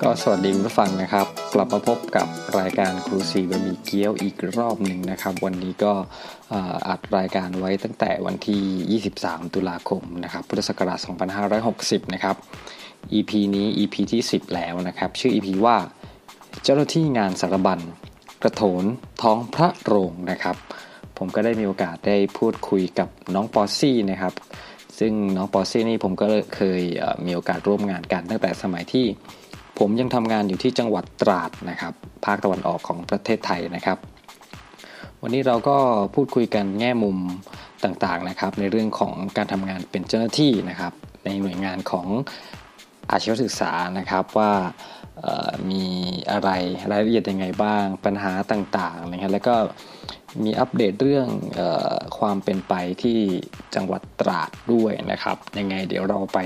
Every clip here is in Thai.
ก็สวัสดีคุณผู้ฟังนะครับ กลับมาพบกับรายการครูซีบะหมี่เกี๊ยวอีกรอบหนึ่งนะครับ วันนี้ก็เอ่ออัดรายการไว้ตั้งแต่วันที่ 23 ตุลาคมนะครับพุทธศักราช2560 นะครับ EP นี้ EP ที่ 10 แล้วนะครับ ชื่อ EP ว่า เจ้าหน้าที่งานสารบัญกระโถนท้องพระโรงนะครับ ผมก็ได้มีโอกาสได้พูดคุยกับน้องปอซี่นะครับ ซึ่งน้องปอซี่นี่ผมก็เคยเอ่อมีโอกาสร่วมงานกันตั้งแต่สมัยที่ ผมยังทำงานอยู่ที่จังหวัดตราดนะครับ ภาคตะวันออกของประเทศไทยนะครับ วันนี้เราก็พูดคุยกันแง่มุมต่างๆนะครับ ในเรื่องของการทำงานเป็นเจ้าหน้าที่นะครับ ในหน่วยงานของอาชีวศึกษานะครับว่าเอ่อมีอะไรรายละเอียดยังไงบ้าง ปัญหาต่างๆนะครับแล้วก็มีอัปเดตเรื่องเออความเป็นไปที่จังหวัดตราดด้วยนะครับยังไงเดี๋ยวเราไป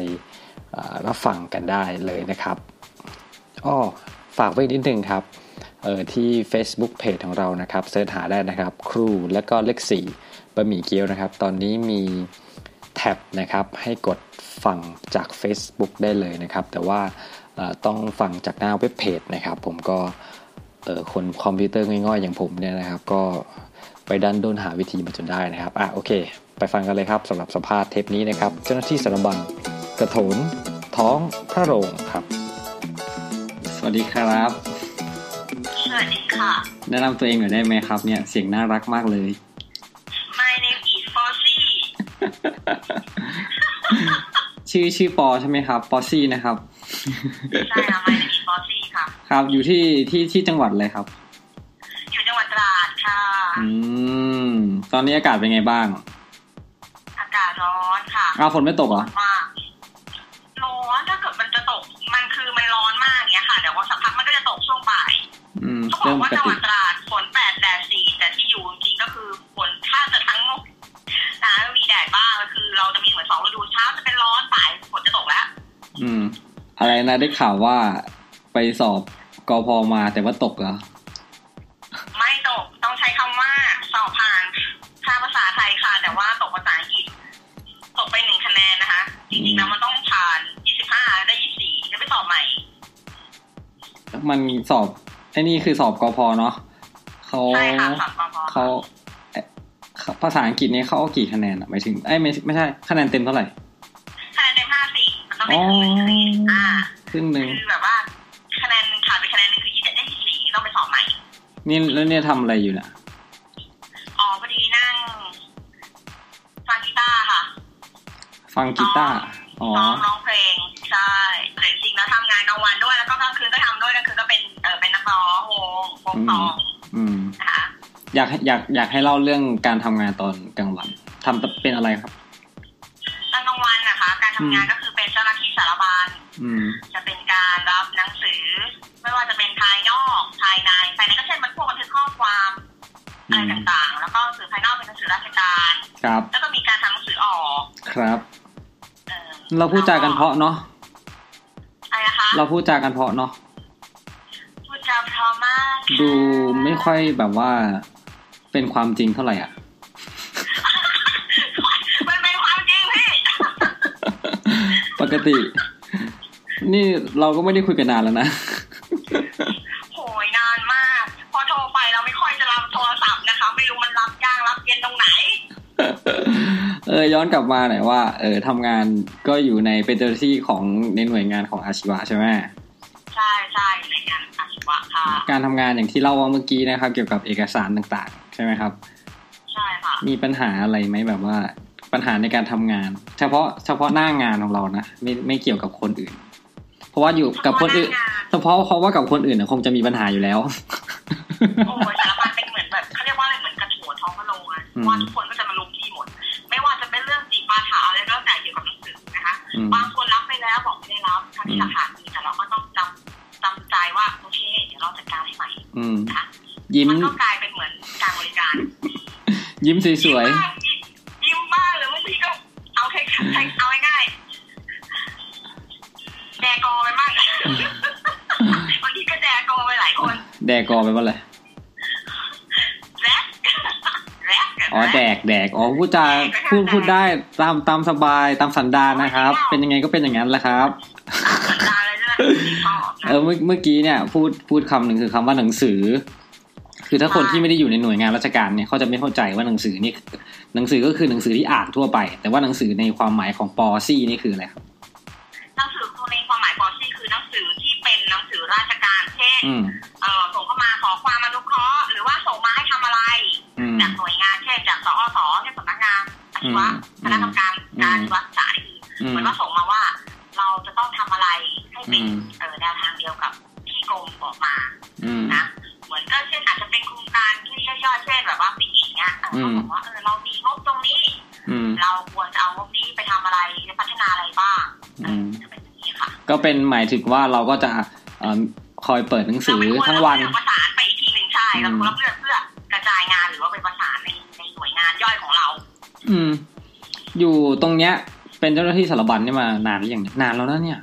เอ่อรับฟังกันได้เลยนะครับ อ้อฝากไว้นิดนึงครับเออที่ Facebook Page ของเรานะครับเสิร์ชหาได้นะครับ ครูและก็เลขสี่บะหมี่เกี๊ยวนะครับ ตอนนี้มีแท็บนะครับให้กดฟังจาก Facebook ได้เลยนะครับ แต่ว่าเอ่อต้องฟังจากหน้าเว็บเพจนะครับ ผมก็เออคนคอมพิวเตอร์ง่อยๆ อย่างผมเนี่ยนะครับ ก็ไปดันด้นหาวิธีมาจนได้นะครับอ่ะโอเค ไปฟังกันเลยครับสำหรับสัมภาษณ์เทปนี้นะครับ เจ้าหน้าที่สารบัญกระโถนท้องพระโรงครับ สวัสดีครับ สวัสดีค่ะ แนะนำตัวเองหน่อยได้ไหมครับเนี่ยเสียงน่ารักมากเลย My name is Fossy ชื่อชื่อปอใช่ไหมครับ ปอซี่นะครับ ใช่ค่ะ My name is Fossy ค่ะ ครับอยู่ที่ที่ที่จังหวัดเลยครับ อยู่จังหวัดตราดค่ะ อืม ตอนนี้อากาศเป็นไงบ้าง อากาศร้อนค่ะ อ้าวฝนไม่ตกเหรอ มากร้อนถ้าเกิดมันจะตก มันคือมันร้อนมากเนี้ยค่ะเดี๋ยวว่าสักพักมันก็จะตกช่วงบ่าย อืม เขาบ เรื่ อ อง ก ป ว่าก จังห ติ วัดตราดฝนแปดแดดสี่แต่ที่อยู่จริงๆก็คือฝนถ้าจะทั้งหมดนะมีแดดบ้างก็คือ เราจะมีเหมือนสองฤดูเช้าจะเป็นร้อนบ่ายฝนจะตกแล้ว อืม อะไรนะได้ข่าวว่าไปสอบกอพอมาแต่ว่าตกเหรอ ไม่ตกต้องใช้คำว่าสอบผ่านค่าภาษาไทยค่ะ แต่ว่าตกภาษาอังกฤษตกไปหนึ่งคะแนนนะคะ จริงๆแล้วมันต้องผ่าน 25 ได้ 24จะไปสอบใหม่ มันสอบไอ้นี่คือสอบกอพอเนาะเขา ใช่ค่ะสอบกพ เขาเอ๊ะภาษาอังกฤษนี่เขาเอากี่คะแนนอะหมายถึงไอ้ยไม่ไม่ใช่คะแนนเต็มเท่าไหร่ คะแนนเต็ม50มันต้อง อ๋ ไม่ อ ถึงอ่า ครึ่งหนึ่ง คือแบบว่าคะแนนขาดไปคะแนนหนึงคือ27ได้24ต้องไปสอบใหม่ นี่แล้วเนี่ยทำอะไรอยู่น่ะ อ๋อพอดีนั่งฟังกีตาร์ค่ะ ฟังกีตาร์อ๋อ ซ้อมร้องเพลงใช่แต่จริงๆแล้วทำงานกลางวันด้วยแล้วก็กลางคืนก็ทำด้วยกลางคืนก็เป็นเออเป็นนักร้องวงวงซอง อืม นะคะ อยากอยากอยากให้เล่าเรื่องการทำงานตอนกลางวันทำเป็นอะไรครับ ตอนกลางวันนะคะ การทำงานก็คือเป็นเจ้าหน้าที่สารบัญ อืม จะเป็นการรับหนังสือ ไม่ว่าจะเป็นภายนอกภายในภายในก็เช่นมันพวกบันทึกข้อความ อื อะไร ม ต่างๆ แล้วก็สื่อภายนอกเป็นหนังสือราชการ ครับ แล้วก็มีการทำหนังสือออก ครับ เอ่อ เราพูดจากันเพราะเนาะ อะไรนะคะ เราพูดจากันเพราะเนาะ พูดจาเพราะมากค่ะ ดูไม่ ค่อยแบบว่าเป็นความจริงเท่าไหร่อ่ะ มันเป็นความจริงพี่ ปกติ นี่เราก็ไม่ได้คุยกันนานแล้วนะ โหยนานมาก พอโทรไปเราไม่ค่อยจะรับโทรศัพท์นะคะ ไม่รู้มันรับยากรับเย็นตรงไหน เออย้อนกลับมาหน่อยว่า เออทำงานก็อยู่ในเป็นเจ้าหน้าที่ของในหน่วยงานของอาชีวะใช่ไหม ใช่ใช่ในงานอาชีวะค่ะ การทำงานอย่างที่เล่าว่าเมื่อกี้นะครับ เกี่ยวกับเอกสารต่างๆ ใช่ไหมครับ ใช่ค่ะ มีปัญหาอะไรไหมแบบว่าปัญหาในการทำงาน เฉพาะเฉพาะหน้างานของเรานะไม่ไม่เกี่ยวกับคนอื่น เพราะว่าอยู่กับคนอื่น เฉพาะเพราะว่ากับคนอื่นน่ะคงจะมีปัญหาอยู่แล้ว โอ้ยสารพัดเป็นเหมือนแบบเขาเรียกว่าอะไรเหมือนกระโถนท้องพระโรงอะ อืม ว่าทุกคนก็จะมาลุมพี่หมด ไม่ว่าจะเป็นเรื่องสีปาถาอะไรก็แล้วแต่เกี่ยวกับหนังสือนะคะ อืม บางคนรับไปแล้วบอกไม่ได้รับทางที่หลักฐานมีแต่เราก็ต้องจำจำใจว่าโอเคเดี๋ยวเราจัดการให้ใหม่ อืม นะคะ ยิ้ม มันก็กลายเป็นเหมือนการบริการ ยิ้มสวย มบ้างยิ้มบ้างหรือบางทีก็เอาแค่ใช้เอาง่ายๆแดกอไปบ้างบางทีก็แดกอไปหลายคน ๆแดกกอไปว่าอะไร แรกแรก อ๋อแดกแดกอ๋อพูดจาพูดพูดได้ตามตามสบายตามสันดานนะครับ เป็นยังไงก็เป็นอย่างนั้นแหละครับ สัปดาห์เลยใช่ไหม ชอบนะ เออเมื่อเมื่อกี้เนี่ยพูดพูดคำหนึ่งคือคำว่าหนังสือ คือถ้าคนที่ไม่ได้อยู่ในหน่วยงานราชการเนี่ยเขาจะไม่เข้าใจว่าหนังสือนี่หนังสือก็คือหนังสือที่อ่านทั่วไป แต่ว่าหนังสือในความหมายของปอซี่นี่คืออะไรครับ หนังสือตัวในความหมายของที่คือหนังสือที่เป็นหนังสือราชการเช่น อืม เอ่อส่งเข้ามาขอความอนุเคราะห์หรือว่าส่งมาให้ทำอะไร อืม จากหน่วยงานเช่นจากสอสเช่นสำนักงานอาชีวะ อืม คณะกรรมการการอาชีวศึกษาอีก อื เห ม มือนว่าส่งมาว่า เราจะต้องทำอะไรให้เป็น อืม เอ่อแนวทางเดียวกับที่กรมบอกมา อืม นะเหมือนก็เช่นอาจจะเป็นโครงการที่ย่อยๆเช่นแบบว่าปีอีกเนี้ยเออ อื เขา ม บอกว่าเออเรามีงบตรงนี้ อืม เราควรจะเอางบนี้ไปทำอะไรไปพัฒนาอะไรบ้างเออ ม จะเป็นอย่างนี้ค่ะ ก็เป็นหมายถึงว่าเราก็จะเอ่อคอยเปิดหนังสือทั้งวัน เราไม่ควรรับเรื่องประสานไปอีกทีหนึ่งใช่เราควรรับเรื่องเพื่อกระจายงานหรือว่าไปประสานในในหน่วยงานย่อยของเรา อืม อยู่ตรงเนี้ย เป็นเจ้าหน้าที่สารบัญนี่มานานหรือยังนานแล้วนะเนี่ย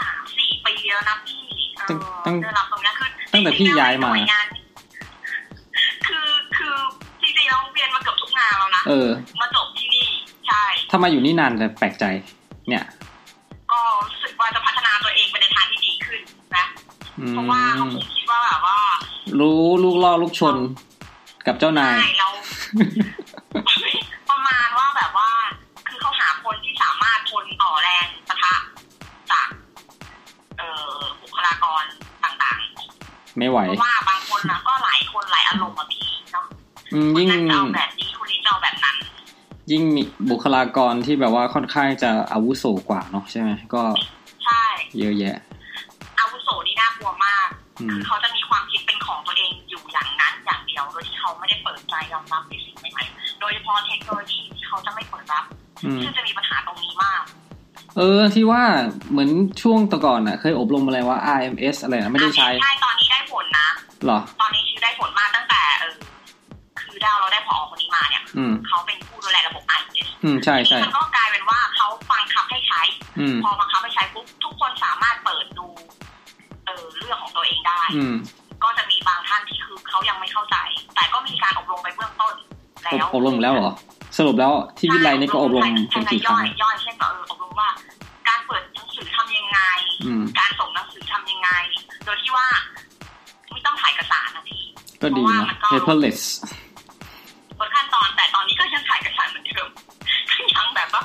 สามสี่ปีแล้วนะพี่เออ ตั้งตั้ง เรื่องราวตรงเนี้ยคือ ตั้งแต่พี่ย้ายมา จริงๆแล้วหน่วงนคือคือจริงๆเราเรียนมาเกือบทุกงานแล้วนะ เออ มาจบที่นี่ใช่ ถ้ามาอยู่นี่นานแต่แปลกใจ เนี่ย ก็รู้สึกว่าจะพัฒนาตัวเองไปในทางที่ดีขึ้นนะ อืมเพราะว่าเขาคงคิดว่าแบบว่า รู้ลูกล่อลูกชนกับเจ้านาย ใช่เรา ประมาณว่าแบบว่า คือเขาหาคนที่สามารถทนต่อแรงปะทะจากเอ่อบุคลากรต่างๆ ไม่ไหว เพราะว่าบางคนนะก็หลายคนหลายอารมณ์อะพี่เนาะ อืม คน ยิ่ง นั้นจะเอาแบบนี้คนนี้จะเอาแบบนั้น ยิ่งมีบุคลากรที่แบบว่าค่อนข้างจะอาวุโสกว่าเนาะใช่ไหมก็ ใช่ เยอะแยะ อาวุโสนี่น่ากลัวมาก อืม คือเขาจะมีความคิดเป็นของตัวเองอยู่อย่างนั้นอย่างเดียวโดยที่เขาไม่ได้เปิดใจยอมรับในสิ่งใหม่ๆโดยเฉพาะเทคโนโลยีที่เขาจะไม่เปิดรับ อืม ซึ่งจะมีปัญหาตรงนี้มาก เออที่ว่าเหมือนช่วงแตะก่อนอ่ะ เคยอบรมอะไรว่า RMS อะไรนะไม่ได้ใช้ ใช่ตอนนี้ได้ผลนะ เหรอ ตอนนี้คือได้ผลมากตั้งแต่เออคือดาวเราได้ผอคนนี้มาเนี่ย อืม เขาเป็นผู้ดูแลระบบ i อเอส อืมใช่ใช่ มันก็กลายเป็นว่าเขาบังคับให้ใช้ อืม พอบังคับให้ใช้ปุ๊บทุกคนสามารถเปิดดู เออเรื่องของตัวเองได้ อืม ก็จะมีบางท่านที่คือเขายังไม่เข้าใจ แต่ก็มีการอบรมไปเบื้องต้นแล้ อบ ว อบรมแล้วเหรอ สรุปแล้วที่วิไลนี่ก็อบรมเป็นกี่ครั้ง ย่อยย่อยเช่นแบบเอออบรมว่า การเปิดหนังสือทำยังไง อืม การส่งหนังสือทำยังไง โดยที่ว่า ไม่ต้องถ่ายเอกสารนะพี่ ก็ดีนะ paperless ลดขั้นตอนแต่ตอนนี้ก็ยังถ่ายเอกสารเหมือนเดิม ก็ยังแบบว่า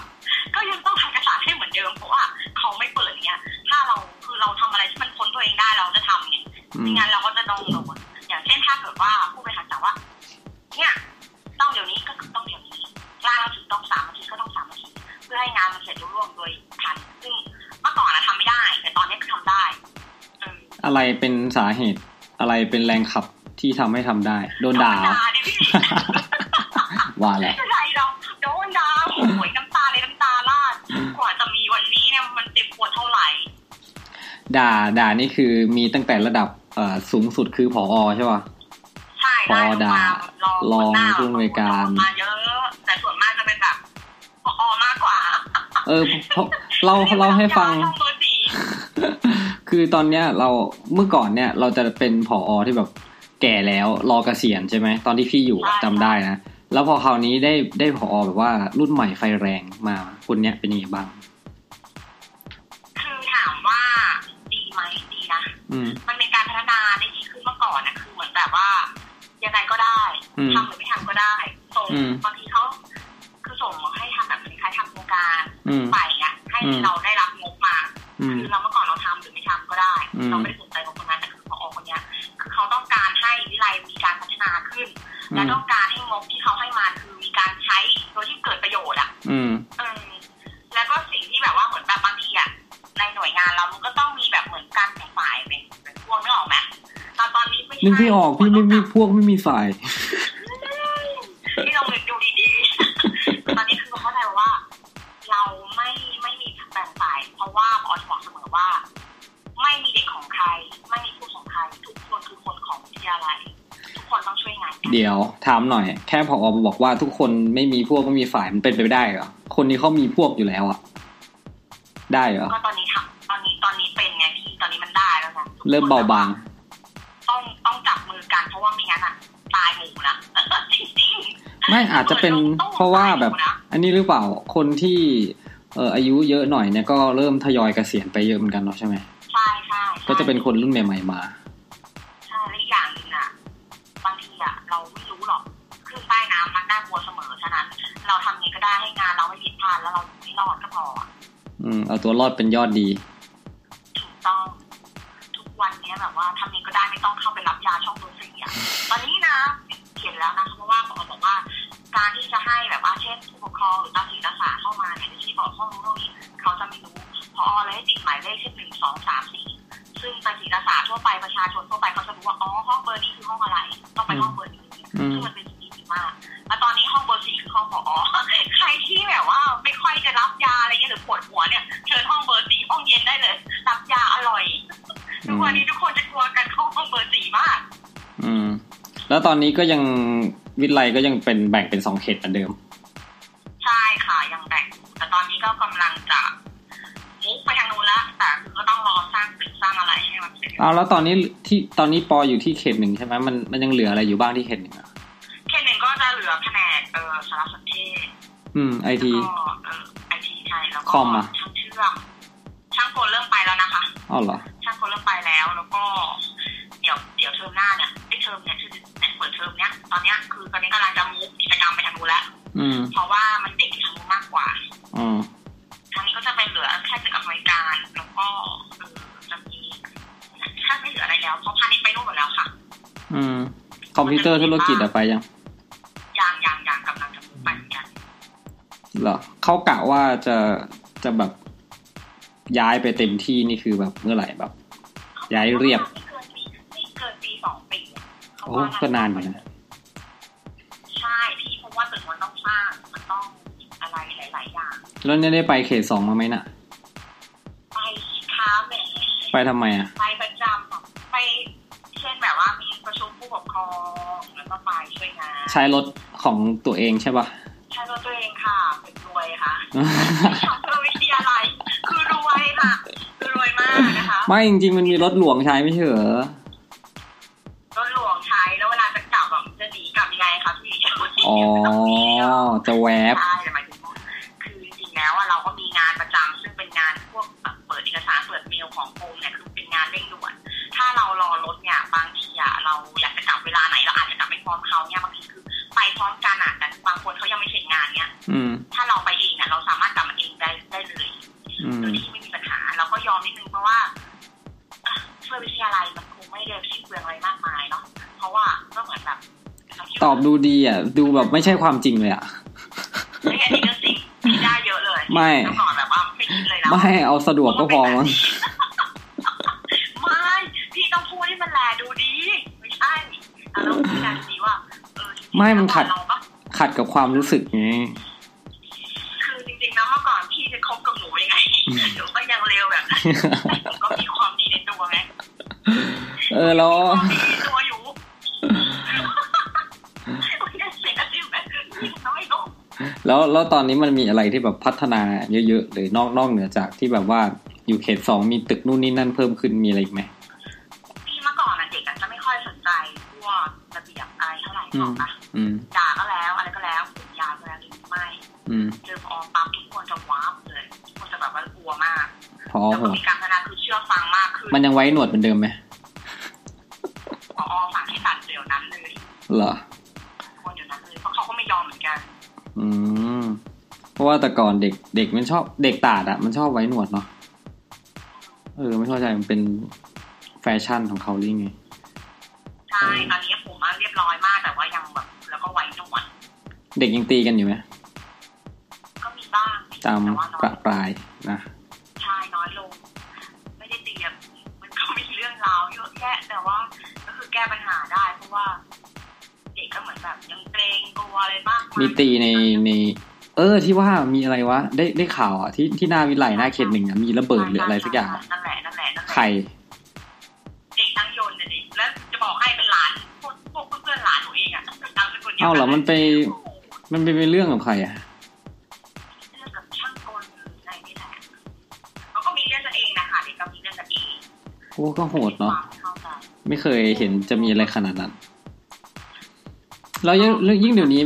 ก็ยังต้องถ่ายเอกสารให้เหมือนเดิมเพราะว่าเขาไม่เปิดเนี่ยถ้าเราคือเราทำอะไรที่มันพ้นตัวเองได้เราจะทำไง อืม ไม่งั้นเราก็จะต้องโดนอย่างเช่นถ้าเกิดว่าผู้บริหารสั่งว่า เนี่ย ต้องเดี๋ยวนี้ก็คือต้องเดี๋ยวนี้ร่างเราถึงต้องสามนาทีก็ต้องสามนาทีเพื่อให้งานมันเสร็จรุ่ร่วงโดยทัน ซึ่งเมื่อก่อนอะทำไม่ได้ แต่ตอนนี้คือทำได้เออ อะไรเป็นสาเหตุ อะไรเป็นแรงขับที่ทำให้ทำได้ โดนด่า ธรรมดิพี่ ว่าแห ไม่ ละ เป็นไรเราโดนด่าโอ้ยน้ำตาเลยน้ำตาลาดกว่าจะมีวันนี้เนี่ยมันเจ็บปวดเท่าไหร่ ด่าด่านี่คือมีตั้งแต่ระดับเอ่อสูงสุดคือผอใช่ป่ะ ใช่ได้ พอด่า ลอง รอง หน้า ผู้อำนวยการ มาเยอะ แต่ส่วนมากจะเป็นแบบพอมากกว่า เออเพราะเราเราให้ฟัง เบอร์สี่ คือตอนเนี้ยเราเมื่อก่อนเนี่ยเราจะเป็นผออที่แบบแก่แล้วรอเกษียณใช่ไหมตอนที่พี่อยู่อะจำได้นะ แล้วพอคราวนี้ได้ได้ผออแบบว่ารุ่นใหม่ไฟแรงมาคนเนี้ยเป็นยังไงบ้าง คือถามว่าดีไหมดีนะ อืม มันเป็นการพัฒนาได้ดีขึ้นเมื่อก่อนนะคือเหมือนแบบว่ายังไงก็ได้ อืม ทำหรือไม่ทำก็ได้ ส่ง อืม บางทีเขาคือส่งให้ทำแบบคล้ายๆทำโครงการ อืม ไปอ่ะให้ อืม เราได้รับงบมา อืม คือเราเมื่อก่อนเราทำหรือไม่ทำก็ได้ อืม เราไม่ได้สนใจกับคนนั้นแต่คือพออคนเนี้ยคือเขาต้องการให้วิไลมีการพัฒนาขึ้น อื และ ม ต้องการให้งบที่เขาให้มาคือมีการใช้โดยที่เกิดประโยชน์อ่ะ อืม เออแล้วก็สิ่งที่แบบว่าเหมือนแบบบางทีอะในหน่วยงานเรามันก็ต้องมีแบบเหมือนการแบ่งฝ่ายเป็นเป็นพวกนึกออกไหมตอนตอนนี้ไม่ใช่ นึกพี่ออกพี่ไม่มีพวกไม่มีฝ่าย ที่เราเรียนดูดีๆ ตอนนี้คือเข้าใจว่า เราไม่ไม่มีแบ่งฝ่าย เพราะว่าพอจะบอกเสมอว่า ไม่มีเด็กของใคร ไม่มีผู้ของใครทุกคนคือคนของวิทยาลัยทุกคนต้องช่วยงานกัน เดี๋ยวถามหน่อย แค่ผอมาบอกว่าทุกคนไม่มีพวกไม่มีฝ่ายมันเป็นไปไม่ได้เหรอคนนี้เขามีพวกอยู่แล้วอะได้เหรอ ก็ตอนนี้ทำตอนนี้ตอนนี้เป็นไงพี่ตอนนี้มันได้แล้วนะ เริ่มเบาบาง ต้องต้องจับมือกันเพราะว่าไม่งั้นอะตายหมู่นะ จริงๆ ไม่อาจจะเป็นเพราะว่าแบบ อันนี้หรือเปล่าคนที่ เอออายุเยอะหน่อยเนี่ยก็เริ่มทยอยเกษียณไปเยอะเหมือนกันเนาะใช่ไหม ใช่ใช่ ก็จะเป็นคนรุ่นใหม่ ๆ มา ใช่และอีกอย่างหนึงอ่ะบางทีอ่ะเราไม่รู้หรอกคลื่นใต้น้ำมันน่ากลัวเสมอฉะนั้น เราทำยังไงก็ได้ให้งานเราไม่ผิดพลาดแล้วเราอยู่ให้รอดก็พออะ อืมเอาตัวรอดเป็นยอดดี ถูกต้อง ทุกวันเนี้ยแบบว่าทำยังไงก็ได้ไม่ต้องเข้าไปรับยาช่องตัวสี่อ่ะตอนนี้นะเขียนแล้วนะเพราะว่าหมอบอกว่า การที่จะให้แบบว่าเช่นผู้ปกครองหรือตาสีตาสาเข้ามาเนี่ยที่บอกข้อมูลเรื่องนี้เขาจะไม่รู้พอเลยให้ติดหมายเลขเช่นหนึ่งสองสามสี่ซึ่งตาสีตาสาทั่วไปประชาชนทั่วไปเขาจะรู้ว่าอ๋อห้องเบอร์นี้คือห้องอะไร ต้องไปห้องเบอร์นี้ อืม ซึ่งมันเป็นสิ่งที่ดีมากแล้วตอนนี้ห้องเบอร์สี่คือห้องหมอ ใครที่แบบว่า ไม่ค่อยจะรับยาอะไรเงี้ยหรือปวดหัวเนี่ยเชิญห้องเบอร์สี่ห้องเย็นได้เลยรับยาอร่อย อื ทุก ม วันนี้ทุกคนจะกลัวกันเข้าห้องเบอร์สี่มาก อืม แล้วตอนนี้ก็ยังวิทย์ไลก็ยังเป็นแบ่งเป็นสองเขตเหมือนเดิม ใช่ค่ะยังแบ่งอยู่แต่ตอนนี้ก็กำลังจะมุกไปทางนู้นละแต่คือก็ต้องรอสร้างตึกสร้างอะไรให้มันเสร็จ เอาแล้วตอนนี้ที่ตอนนี้ปออยู่ที่เขตหนึ่งใช่ไหมมันมันยังเหลืออะไรอยู่บ้างที่เขตหนึ่งอะ แค่หนึ่งก็จะเหลือแผนกเออสารสนเทศ อืมไอที แล้วก็เออไอทีใช่แล้วก็ คอมอะ ช่างเชื่อมช่างโกนเริ่มไปแล้วนะคะ อ้าวเหรอ ช่างโกนเริ่มไปแล้วแล้วก็ เดี๋ยวเดี๋ยวเทอมหน้าเนี่ยไอเทอมเนี่ยคือเนี่ยเปิดเทอมเนี้ยตอนเนี้ยคือตอนนี้กำลังจะมุกกิจกรรมไปทางนู้นแล้ว อืม เพราะว่ามันเด็กทางนู้นมากกว่า อ๋อ ทางนี้ก็จะเป็นเหลือแค่ตึกอำนวยการแล้วก็เออจะมีถ้าไม่เหลืออะไรแล้วเพราะพาณิชย์ไปนู่นหมดแล้วค่ะ อืม คอมพิวเตอร์ธุรกิจอะไปยัง ยางยางยางกำลังจะมุกไปเหมือนกัน เหรอเขากะว่าจะจะแบบย้ายไปเต็มที่นี่คือแบบเมื่อไหร่แบบ ย้ายเรียบ ไม่เกินปีไม่เกินปีสองปีอะเพระ โอ้ ว่ ก็นานอยู่นะ ใช่พี่เพราะว่าตึกมันต้องสร้างมันต้องอะไรหลาย ๆ อย่าง แล้วเนี่ยได้ไปเขตสองมางไหมน่ะ ไปค้าแหม ไปทำไมอะ ไปประจำอะไปเช่นแบบว่ามีประชุมผู้ปกครองแล้วก็ไปช่วยงาน ใช้รถของตัวเองใช่ปะ ใช่ตัวเองค่ะเป็นรวย ค่ะทำเพื่อวิทยาลัยคือรวยค่ะคือรวยมากนะคะ ไม่จริงๆมันมีรถหลวงใช้ไม่ใช่เหรอ รถหลวงใช้แล้วเวลาจะกลับแบบจะหนีกลับยังไงคะพี่ อ๋อ จะแวบ ใช่แต่หมายถึงว่าคือจริงๆแล้วอะเราก็มีงานประจำซึ่งเป็นงานพวกแบบเปิดเอกสารเปิดเมลของกรมเนี่ยคือเป็นงานเร่งด่วน ถ้าเรารอรถเนี่ยบางทีอะเราอยากจะกลับเวลาไหนเราอาจจะกลับไม่พร้อมเขาเนี่ยบางทีคือไปพร้อมกันอะแต่บางคนเขายังไม่เสร็จงานเนี่ย อืม ถ้าเราไปเองเนี่ยเราสามารถกลับมาเองได้ได้เลย อื โด ม ยที่ไม่มีปัญหาเราก็ยอมนิดนึงเพราะว่าเอ่อเพื่อวิทยาลัยมันคงไม่เดินสิ้นเปลืองอะไรมากมายเนาะเพราะว่าก็เหมือนแบบเราคิดว่า ตอบดูดีอ่ะ ดูแบบไม่ใช่ความจริงเลยอ่ะ เฮ้ยอันนี้ก็จริงที่ได้เยอะเลย ไม่ เมื่อก่อนแบบว่าไม่คิดเลยนะ ไม่เอาสะดวกก็พอมั้ง ไม่พี่ต้องพูดให้มันแลดูดี ไม่ใช่อ่ะแล้วพี่แลดูดีว่าเออจริงๆ ไม่มันขัด เอก่อเราปะ ขัดกับความรู้สึกไง คือจริงๆนะเมื่อก่อนพี่จะคบกับหนูยังไง อืม หนูก็ยังเลวแบบนั้นแต่หนูก็มีความดีในตัวไง เออแล้ว ความดีในตัวอยู่ไม่ได้เสียงกระซิบแบบนี้น้อยลง แล้วแล้วตอนนี้มันมีอะไรที่แบบพัฒนาเยอะๆหรือนอกนอกเหนือจากที่แบบว่าอยู่เขตสองมีตึกนู่นนี่นั่นเพิ่มขึ้นมีอะไรอีกไหม พี่เมื่อก่อนอะเด็กอะจะไม่ค่อยสนใจพวกระเบียบอะไรเท่าไหร่หรอกนะ อืม ด่าก็แล้วอะไรก็แล้วผมยาวก็แล้วหรือไม่ อืม เจอพอปั๊บทุกคนจะว้าวเลยทุกคนจะแบบว่ากลัวมาก พอ แล้ว เห ก็ รอ มีการพัฒนาคือเชื่อฟังมากขึ้น มันยังไว้หนวดเหมือนเดิมไหม พอสั่งให้ตัดเดี๋ยวนั้นเลย เหรอ คนเดี๋ยวนั้นเลยเพราะเขาก็ไม่ยอมเหมือนกัน อืม เพราะว่าแต่ก่อนเด็กเด็กมันชอบเด็กตาดอะมันชอบไว้หนวดเนาะเออไม่เข้าใจมันเป็นแฟชั่นของเขาหรือไง ใช่ตอนนี้ผมอะเรียบร้อยมากแต่ว่ายังแบบแล้วก็ไว้หนวด เด็กยังตีกันอยู่ไหม ก็มีบ้าง ตาม แต่ว่าปน้อ ระ ย ปรายนะ ใช่น้อยลง ไม่ได้เตรียมมันก็มีเรื่องราวเยอะแยะแต่ว่าก็คือแก้ปัญหาได้ เพราะว่า เด็กก็เหมือนแบบยังเกรงกลัวอะไรมากาย มีตีในใน เออที่ว่ามีอะไรวะ ได้ได้ข่าวอ่ะที่ที่หน้าวิไลหน้าเขตหนึ่งอะมีระเบิดหรืออะไรสักอย่างอะ นั่นแหละนั่นแหละนั่นแหละ ไข่ เด็กทั้งยนต์น่ะดิแล้วจะบอกให้เป็นหลานพวกพวกเพื่อนๆหลานหนูเองอะตามสกุลดียว เอ้า กั เหรอมันไป เรื่อง มันไปเป็นเรื่องกับใครอ่ะ กับช่างกลอะไรนี่แหละเขาก็มีเรื่องกันเองนะคะเด็กก็มีเรื่องกันเอง โอ้ก็โหดเนาะ ไม่เข้าใจ ไม่เคยเห็นจะมีอะไรขนาดนั้น แล้วยิ่งแล้วยิ่งเดี๋ยวนี้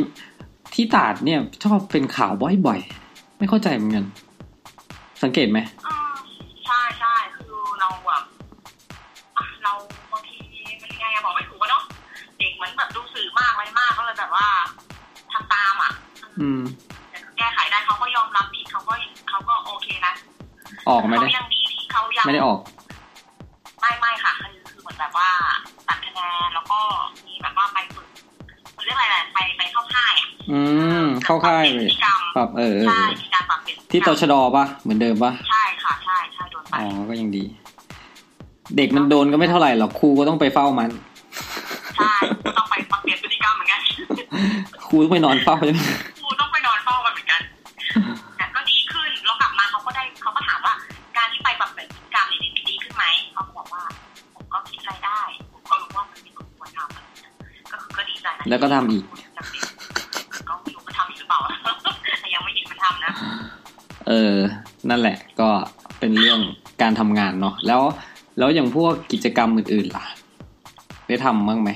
ที่ตาดเนี่ยชอบเป็นข่าวบ่อยๆ ไม่เข้าใจเหมือนกัน สังเกตไหม อืมใช่ใช่คือเราแบบอ่ะเราบางทีมันยังไงอะบอกไม่ถูกอะเนาะเด็กเหมือนแบบดูสื่อมากอะไรมากก็เลยแบบว่าทำตามอ่ะ อืม แต่ก็แก้ไขได้เขาก็ยอมรับผิดเขาก็เขาก็โอเคนะ ออกไหม เขา ได้ ยังดีที่เขายัง ไม่ได้ออก ไม่ไม่ค่ะคือคือเหมือนแบบว่าตัดคะแนนแล้วก็มีแบบว่าไปฝึกเรื่องอะไรๆไปไปเข้าค่ายอะ อืม เข้าค่าย ป เล รับปลี่น ย พฤติกรรม ปรับเออเออ ใช่ เออ มีการปรับเปลี่ยนพฤ ที่ กร ต รม ชดปะเหมือนเดิมปะ ใช่ค่ะใช่ใช่โดนไป อ๋อ ก็ยังดี เด็กมันโดนก็ไม่เท่าไหร่หรอกครูก็ต้องไปเฝ้ามัน ใช่ก็ต้องไปปรับเปลี่ยนพฤติกรรมเหมือนกัน ครูต้องไปนอนเฝ้าใช่ไหม ครูต้องไปนอนเฝ้ากันเหมือนกันแต่ก็ดีขึ้นเรากลับมาเขาก็ได้เขาก็ถามว่า การที่ไปปรับเปลี่ยนพฤติกรรมเนี่ยดีดีขึ้นไหมเขาก็บอกว่า ผมก็คิดรายได้ ผมก็รู้ว่ามันไม่สมควรทำอะไรอย่างเงี้ยก็คือก็ดีใจนะ แล้วก็ทำอีก ก็ไม่รู้มันทำอีกหรือเปล่า แต่ยังไม่เห็นมันทำนะ เออ นั่นแหละก็เป็นเรื่องการทำงานเนาะแล้วแล้วอย่างพวกกิจกรรมอื่นๆล่ะ ได้ทำบ้างไหม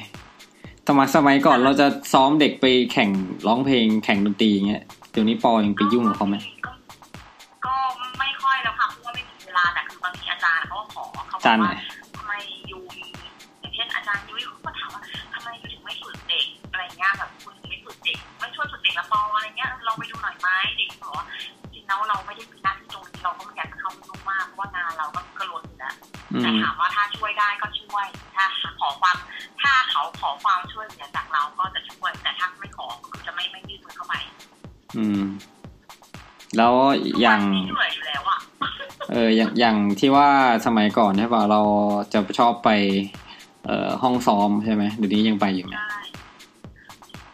สมัยสมัยก่อนเราจะซ้อมเด็กไปแข่งร้องเพลงแข่งดนตรีอย่างเงี้ยเดี๋ยวนี้ปอยังไปยุ่งกับเขาไหม ก็ก็ไม่ค่อยแล้วค่ะเพราะว่าไม่มีเวลาแต่คือบางทีอาจารย์เขาก็ขอเขาบ จา อน ก ไหน ว่า ทำไมยูมีอย่างเช่นอาจารย์ยุ้ยเขาก็ถามว่าทำไมยูถึงไม่ฝึกเด็กอะไรเงี้ยแบบคุณถึงไม่ฝึกเด็กไม่ช่วยฝึกเด็กละปออะไรเงี้ยเราไปดูหน่อยไหมเด็กบอกว่าจริงแล้วเราไม่ได้มีหน้าที่ตรงนี้เราก็ไม่อยากจะเข้าไปยุ่งมากเพราะว่างานเราก็กระโดดอยู่แล้ว อื แต่ ม ถามว่าถ้าช่วยได้ก็ช่วย ถ้าขอความถ้าเขาขอความช่วยเหลือจากเราก็จะช่วย แต่ถ้าไม่ขอก็จะไม่ไม่ยื่นมือเข้าไป อืม แล้วอย่าง ทุกวันนี้เหนื่อยอยู่แล้วอะ เอออย่างอย่างที่ว่าสมัยก่อนใช่ป่ะเราจะชอบไป เอ่อห้องซ้อมใช่ไหมเดี๋ยวนี้ยังไปอยู่ไหม ใช่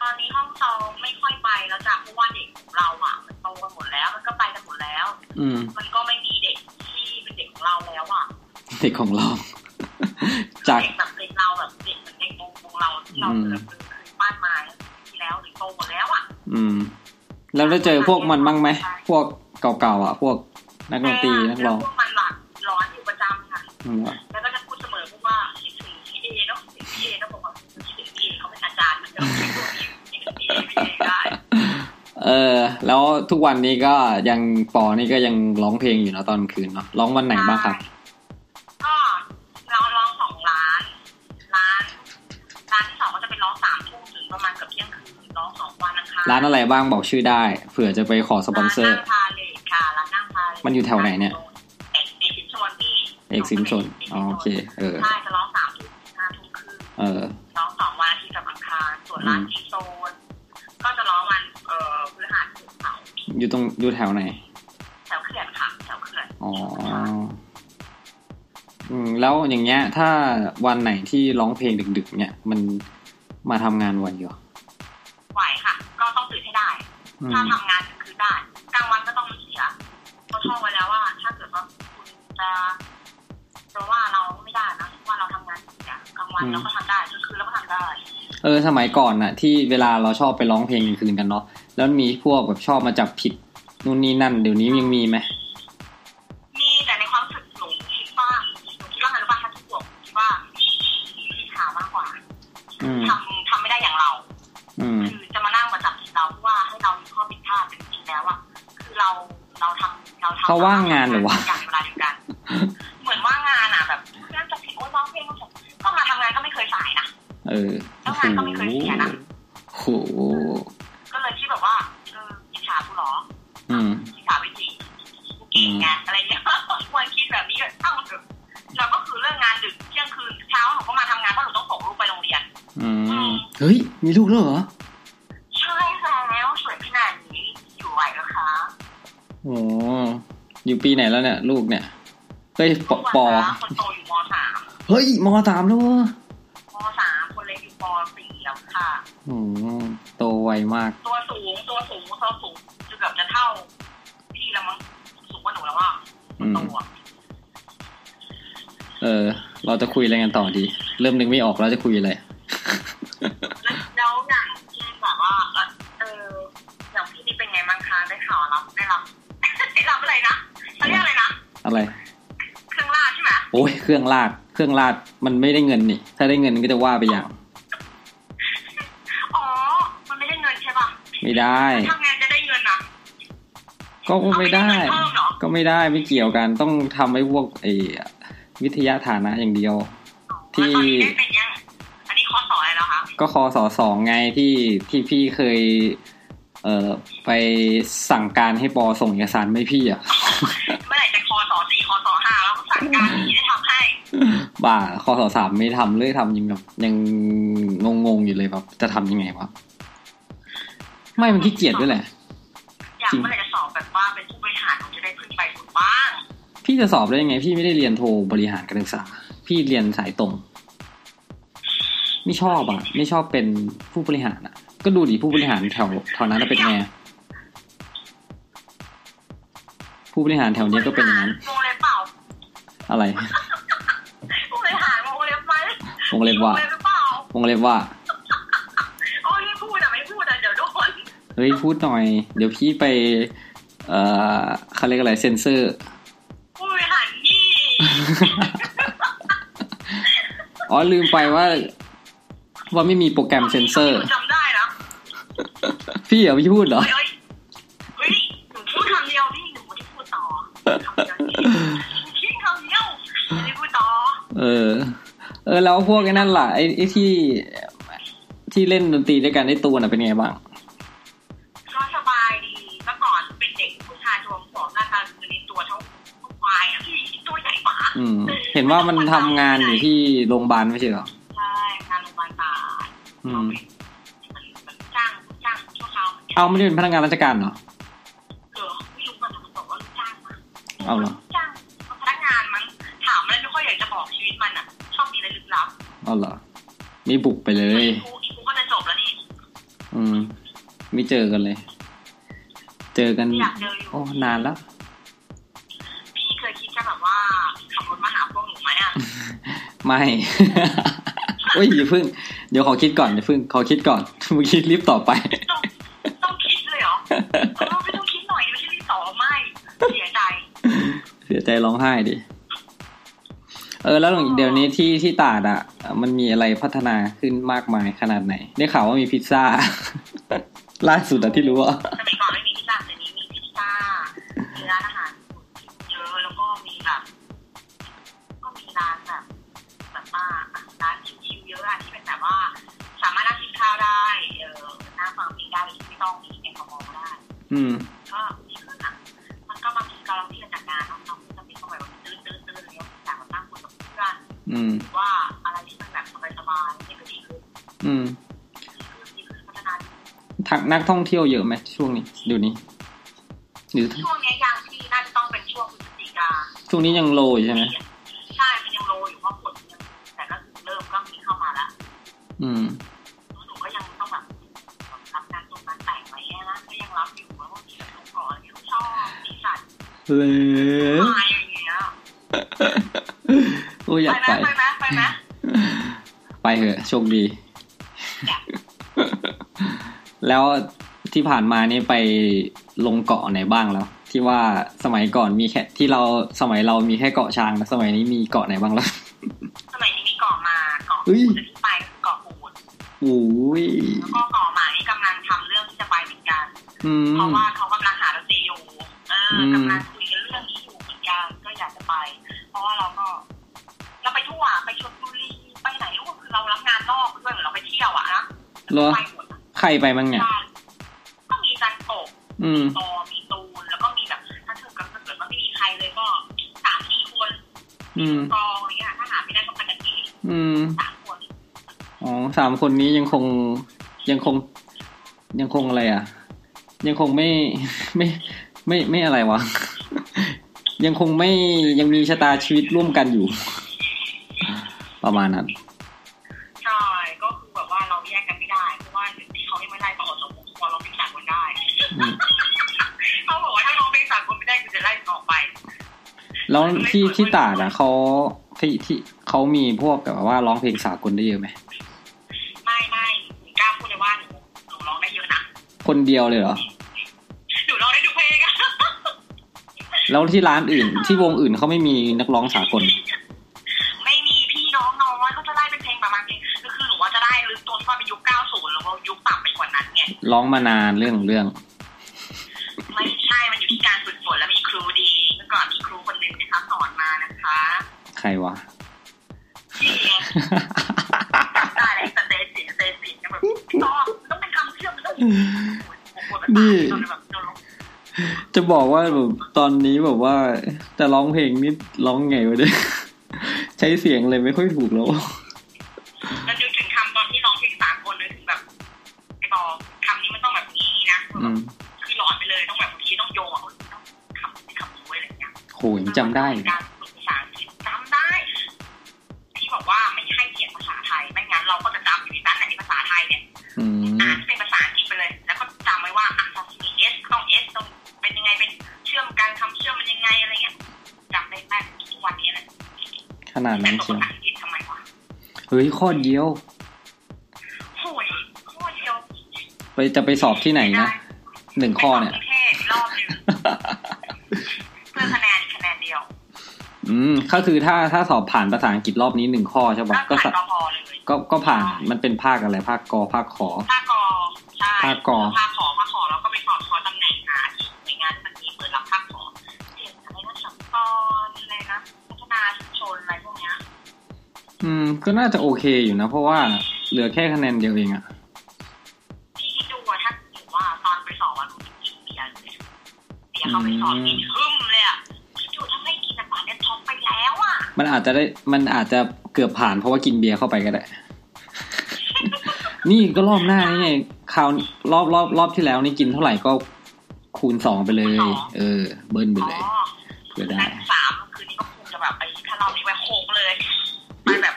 ตอนนี้ห้องซ้อมไม่ค่อยไปแล้วจ้ะเพราะว่าเด็กของเราอะมันโตกันหมดแล้ว มันก็ไปกันหมดแล้ว อืม มันก็ไม่มีเด็กที่เป็นเด็กของเราแล้วอ่ะ เด็กของเรา จาก เด็กแบบเด็กเราแบบเด็กเหมือนเด็กวงของเราที่เราแบบเคยปั้นมาทีแล้วหรือโตหมดแล้วอ่ะ อืม แล้วได้เจอพวกมันบ้างไหมพวกเก่าๆอ่ะ พวกนักดนตรีนัก แล้ ร้ ว อง พวกมันแบบร้อนอยู่ประจำค่ะ อืม แล้วก็จะพูดเสมอพวกว่าคิดถึงพี่เอเนาะคิดถึงพี่เอเนาะบอกว่าคิดถึงพี่เอเขาเป็นอาจารย์เหมือนกันคิดถึงพี่เอไม่ได้ เออ แล้วทุกวันนี้ก็ยังปอนี่ก็ยังร้องเพลงอยู่นะตอนคืนเนาะร้องวันไหนบ้างครับ ก็เราลองสองร้านร้านร้านที่สองก็จะเป็นร้องสามทุ่มถึงประมาณเกือบเที่ยงคืนร้องสองวันนะคะ ร้านอะไรบ้างบอกชื่อได้เผื่อจะไปขอสปอนเซอร์ ร้านนั่งพาเลทค่ะร้านนั่งพาเลท มันอยู่แถวไหนเนี่ย เอกเอกสินชนพี่ เอกสินชนอ๋อโอเค เออ ใช่จะร้องสามทุ่มถึงห้าทุ่มครึ่ง เออ ร้องสองวันอาที่กับอังคารส่วนร้าน อืม จีโซนก็จะร้องวันเอ่อพฤหัสศุกร์เสาร์ อยู่ตรงอยู่แถวไหน แถวเขื่อนค่ะแถวเขื่อน ออืมแล้วอย่างเงี้ย ถ้าวันไหนที่ร้องเพลงดึกๆ เนี่ย มันมาทำงานไหวอยู่ ไหวค่ะ ก็ต้องตื่นให้ได้ อืม ถ้าทำงานกลางคืนได้กลางวันก็ต้องไม่เสียเพราะท่องไว้แล้วว่า ถ้าเกิดว่าคุณจะจะว่าเราไม่ได้นะว่าเราทำงานเสียกลางวันเราก็ทำได้กลางคืนเราก็ทำได้ เออ สมัยก่อนน่ะ ที่เวลาเราชอบไปร้องเพลงกลางคืนกันเนาะแล้วมีพวกแบบชอบมาจับผิดนู่นนี่นั่น เดี๋ยวนี้ยังมีไหม มีแต่ในความรู้สึกหนูคิดว่าหนูคิดว่าไงรู้ป่ะถ้าทุกคนคิดว่ามีขามากกว่า อืม ทำทำไม่ได้อย่างเรา อืม คือจะมานั่งมาจับผิดเราเพราะว่าให้เรามีข้อผิดพลาดแต่จริงๆแล้วอะคือเราเราทำเราทำ เขาว่างงานเหรอวะ อย่างเวลาเดียวกัน เหมือนว่างงานอะแบบเพื่อนจับผิดโอ๊ยร้องเพลงของผมก็มาทำงานก็ไม่เคยสายนะ เออ ทำงานก็ไม่เคยเสียนะ โอ้โห ก็เลยที่แบบว่าเอออิจฉากูเหรอ อืม อิจฉาวิจิกูเก่งไงอะไรเงี้ย ควรคิดแบบนี้แบบเอ้าเถอะเราก็คือเรื่องงานดึกเที่ยงคืนเช้าหนูก็มาทำงานเพราะหนูต้องส่งลูกไปโรงเรียน อืม เฮ้ย มีลูกแล้วเหรอ ใช่แล้วสวยขนาดนี้อยู่ไหวเหรอคะ โอ้อยู่ปีไหนแล้วเนี่ย ลูกเนี่ยเฮ้ยปอปอ ลูกคนโตอยู่มสาม เฮ้ยมสามแล้วเหรอ มสามคนเล็กอยู่ปสี่แล้วค่ะ อืมโตไวมาก ตัวสูงตัวสูงตัวสูงจะเกือบจะเท่า พี่แล้วมั้งสูงกว่าหนูแล้วว่า อืม ตัว เออ เราจะคุยอะไรกันต่อดี เริ่มนึกไม่ออกแล้วจะคุยอะไร แล้วแล้วอย่างที่แบบว่าเอ่อเอออย่างพี่นี่เป็นไงบ้างคะได้ข่าวรับได้รับ ได้รับอะไรนะเขาเรียกอะไรนะ อะไร เครื่องราชใช่ไหม โอ้ยเครื่องลาด เครื่องลาดมันไม่ได้เงินนี่ ถ้าได้เงินก็จะว่าไปอย่าง อ๋อ มันไม่ได้เงินใช่ป่ะ ไม่ได้ ทำงานจะได้เงินนะ ก็ เอา ไม่ได้ เงินเพิ่มเหรอ ก็ไม่ได้ไม่เกี่ยวกันต้องทำให้พวกไอ้วิทยาฐานะอย่างเดียว ที่ แล้วตอนนี้ได้เป็นยัง อันนี้ข้อสอนอะไรแล้วคะ ก็คอสอสองไงที่ที่พี่เคย เอ่อไปสั่งการให้ปอส่งเอกสารไม่พี่อ่ะ เมื่อไหร่จะข้อสอนสี่ข้อสอนห้าแล้วก็สั่งการอย่างนี้ได้ทำให้ บ่าคอสอสามไม่ทำเลยทำยังแบบยังงงๆอยู่เลยแบบจะทำยังไงวะไม่มันขี้เกียจด้วยแหละ อยากเมื่อไหร่จะสอบแบบว่าเป็นผู้บริหารผมจะได้พึ่งไปคุณบ้าง พี่จะสอบได้ยังไง พี่ไม่ได้เรียนโทบริหารการศึกษา พี่เรียนสายตรง ไม่ชอบอ่ะ ไม่ชอบเป็นผู้บริหารอ่ะ ก็ดูดิผู้บริหารแถวแถวนั้นน่ะเป็นไงอะผู้บริหารแถวเนี้ยก็เป็นอย่างนั้น วงเล็บเปล่า อะไร ผู้บริหารวงเล็บไหม วงเล็บว่าว งเล็บหรือเปล่าว งเล็บว่า โอ้ยไม่พูดอะไม่พูดอะเดี๋ยวโดน เฮ้ยพูดหน่อย เดี๋ยวพี่ไป เอ่อเขาเรียกอะไรเซนเซอร์ ผู้บริหารนี่ อ๋อลืมไปว่า ว่าไม่มีโปรแกรมเซนเซอร์ จำได้นะ พี่เหรอพี่พูดเหรอ เฮ้ยเฮ้ยหนูพูดคำเดียวพี่หนูไม่ได้พูดต่อคำเดียวพี่คำเดียวไม่ได้พูดต่อ เออ เออ แล้วพวกไอ้นั่นล่ะไอ้ไอ้ที่ที่เล่นดนตรีด้วยกันไอ้ตูนนะเป็นไงบ้าง ก็สบายดีเมื่อก่อนเป็นเด็กผู้ชายรวมหัวหน้าตาคือในตัวเท่าควายอะพี่ตัวใหญ่กว่า อืม เห็นว่ามันทำงานอยู่ที่โรงพยาบาลไม่ใช่เหรอ ใช่งานโรงพยาบาลตาด อื เรา ม เป็นจ้างจ้างชั่วคราวหเอามืนกันไม่ได้เป็นพนักงานราชการเหรอ เออไม่รู้มันมันบอกว่าลูกจ้างมั้ง เอาเหรอ ลูกจ้างพนักงานมั้งถามอะไรไม่ค่อยอยากจะบอกชีวิตมันอ่ะ ชอบมีอะไรลึกลับ อ๋อเหรอ มีบุกไปเลย อีกูอีกูก็จะจบแล้วนี่ อืม ไม่เจอกันเลย เจอกัน อยากเจออยู่ โอ้นานแล้ว พี่เคยคิดจะแบบว่าขับรถมาหาพวกหนูไหมอ่ะ ไม่ โอ้ยอย่าเพึ่ง เดี๋ยวขอคิดก่อนอย่าเพึ่ง ขอคิดก่อน เมื่อกี้รีบต่อบไป ต้องต้องคิดเลยเหรอเออไม่ต้องคิดหน่อยไม่ใช่ที่สองไม่เสียใจ เสียใจร้องไห้ดิ เออ แล้วเดี๋ยวนี้ที่ที่ตาดอะมันมีอะไรพัฒนาขึ้นมากมายขนาดไหน ได้ข่าวว่ามีพิซซ่า ล่าสุดอะที่รู้อะ สมัยก่อนไม่มีพิซซ่าแต่นี้มีพิซซ่ามีร้านอาหารเยอะแล้วก็มีแบบก็มีร้านแบบแบบว่าอ่ะร้านชิวๆเยอะอะที่เป็นแบบว่า สามารถนั่งกินข้าวได้เออนั่งฟังเพลงได้โดยที่ไม่ต้องมีแอลกอฮอล์ได้ อืม ก็มีเครื่องอ่ะมันก็บางทีก็เราที่จะจัดงานเนาะเราก็จะมีสมัยแบบตื้นๆๆอะไรอย่างเงี้ยอยากมานั่งคุยกับเพื่อน อืม หรือว่าอะไรที่มันแบบสบายๆนี่ก็ดีขึ้น อืม ดีขึ้นดีขึ้นพัฒนาดีขึ้น ทักนักท่องเที่ยวเยอะไหมช่วงนี้เดี๋ยวนี้หรือ ช่วงเนี้ยยางที่น่าจะต้องเป็นช่วงพฤศจิกา ช่วงนี้ยังโลอยู่ใช่ไหม ใช่มันยังโรยอยู่เพราะฝนยังแต่ก็คือเริ่มก็มีเข้ามาละ อืม หนูก็ยังต้องแบบรับงานตรงนั้นแต่งไว้แค่นะก็ยังรับอยู่เพราะว่ามีแบบหนูก่อนที่ชอบมีสัตว์ เลอ มาอย่างเงี้ย โอ้ยอยาก ไป ไป ไหมไปไหมไปไหม ไปเถอะโชคดี แล้วที่ผ่านมานี่ไปลงเกาะไหนบ้างแล้ว ที่ว่าสมัยก่อนมีแค่ที่เราสมัยเรามีแค่เกาะช้างนะสมัยนี้มีเกาะไหนบ้างแล้ว สมัยนี้มีเกาะมาเกาะ เฮ้ยปูนแต่ที่ไปคือเกาะปูน โอ้ย แล้วก็เกาะหมานี่กำลังทำเรื่องที่จะไปเหมือนกัน อื เพราะ ม ว่าเขากำลังหาดนตรีอยู่เอออ ม กำลังคุยกันเรื่องนี้อยู่เหมือนกันก็อยากจะไป เพราะว่าเราก็ เราไปทั่วไปชลบุรีไปไหนรู้ก็คือเรารับงานนอกด้วยเหมือนเราไปเที่ยวอะนะ เหรอ ไปหมดอะ ใครไปบ้างเนี่ย ใช่ก็มีจันโกะ อืม มีตอมีตูนแล้วก็มีแบบถ้าเธอกับเกิดว่าไม่มีใครเลยก็สามสี่คน อืม กองอะไรเงี้ยถ้าหาไม่ได้ก็ไปกันเอง อืม สามคน อ๋อสามคนนี้ยังคงยังคง ยังคงอะไรอ่ะ ยังคงไม่ ไม่ไม่ไม่ไม่อะไรวะ ยังคงไม่ยังมีชะตาชีวิตร่วมกันอยู่ ประมาณนั้น ใช่ก็คือแบบว่าเราแยกกันไม่ได้เพราะว่าที่เขาไม่มาไล่ก็ออกจากวงพอเราเป็นสากคนได้ อืม เขาบอกว่าถ้าน้องเป็นสากลไม่ได้กูจะไล่ต่อไป แล้วที่ที่ตราดอ่ะเขาที่ที่เขามีพวกแบบว่าร้องเพลงสากลได้เยอะไหม ไม่ไม่หนูกล้าพูดเลยว่าหนูหนูร้องได้เยอะนะ คนเดียวเลยเหรอ หนูร้องได้ทุกเพลงอะ แล้วที่ร้านอื่น ที่วงอื่นเขาไม่มีนักร้องสากล ไม่มีพี่น้องน้อยก็จะได้เป็นเพลงประมาณเพลงก็คือหนูว่าจะได้ลึกตัวที่ว่าเป็นยุค 90 แล้วก็ยุคต่ำไปกว่านั้นไง ร้องมานานเรื่องของเรื่อง ไม่ใช่มันอยู่ที่การฝึกฝนและมีครูดี ใครวะ จริงได้เลยสเตสิสเตสิเนี่ยแบบชอบมันต้องเป็นคำเชื่อมมันต้องผมปวดประสาทจนแบบจนลง จะบอกว่าแบบตอนนี้แบบว่า แต่ร้องเพลงนี่ร้องไงวะเนี่ย ใช้เสียงเลยไม่ค่อยถูกแล้ว แล้วนึกถึงคำตอนที่น้องเพลงสากลนึกถึงแบบไอ้บอคำนี้มันต้องแบบนี้นะ อืม คือหลอนไปเลยต้องแบบบางทีต้องโยงเอาต้องคำนี้คำนี้ไว้อะไรอย่างเงี้ย โหยจำได้ ก อีกนะ ารฝึกภาษาอังกฤษจำได้ ที่บอกว่าไม่ให้เขียนภาษาไทย ไม่งั้นเราก็จะจำอยู่ในนั้นแหละในภาษาไทยเนี่ย อืม อ่านที่เป็นภาษาอังกฤษไปเลย แล้วก็จำไว้ว่าอ่ะต้องมีเอสต้องเอสต้องเป็นยังไงเป็นเชื่อมกันคำเชื่อมมันยังไงอะไรเงี้ยจำได้แม่นทุกวันนี้แหละ ขนาด แต่ นั้น ตัว เชียว ภาษาอังกฤษทำไมวะ เฮ้ยข้อเดียว โอ้ยข้อเดียว ไปจะไปสอบที่ไหนนะหนึ่งข้อเนี่ย ไปสบกรุงเทพรอบหนึ่งเพื่อคะแนนอีกคะแนนเดียว อืมก็คือถ้าถ้าสอบผ่านภาษาอังกฤษรอบนี้หนึ่งข้อใช่ปะ แล้ว ก็สะผ่านก็พอเลย ก็ก็ผ่านมันเป็นภาคอะไรภาคกอภาคขอ ภาคกอใช่ ภาคกอ ภาคขอภาคขอแล้วก็ไปสอบคอตำแหน่งหาที่หน่วยงานมันมีเปิดรับภาคขอเสียงอะไรนะสัมปอนอะไรนะพัฒนาชุมชนอะไรพวกเนี้ย อืม ก็น่าจะโอเคอยู่นะ เพราะว่าเหลือแค่คะแนนเดียวเองอะ พี่คิดดูว่าถ้าหนูว่าตอนไปสอบวันหนูกินเบียร์เลยเบียร์เข้าไปสอบกินหึ่มเลยอ่ะคิดดูถ้าไม่กินน้ำปลาเนี่ยท้องไปแล้วอ่ะ มันอาจจะได้มันอาจจะเกือบผ่านเพราะว่ากินเบียร์เข้าไปก็ได้ นี่ก็รอบหน้านี่ไงคราวรอบรอบรอบที่แล้วนี่กินเท่าไหร่ก็คูณสองไปเลย เออ เบิ้ลไป อ๋อ เลย เผื่อได้ นักสามคืนนี้ก็คงจะแบบไปถ้าเรานี่ไปโคกเลยไปแบบ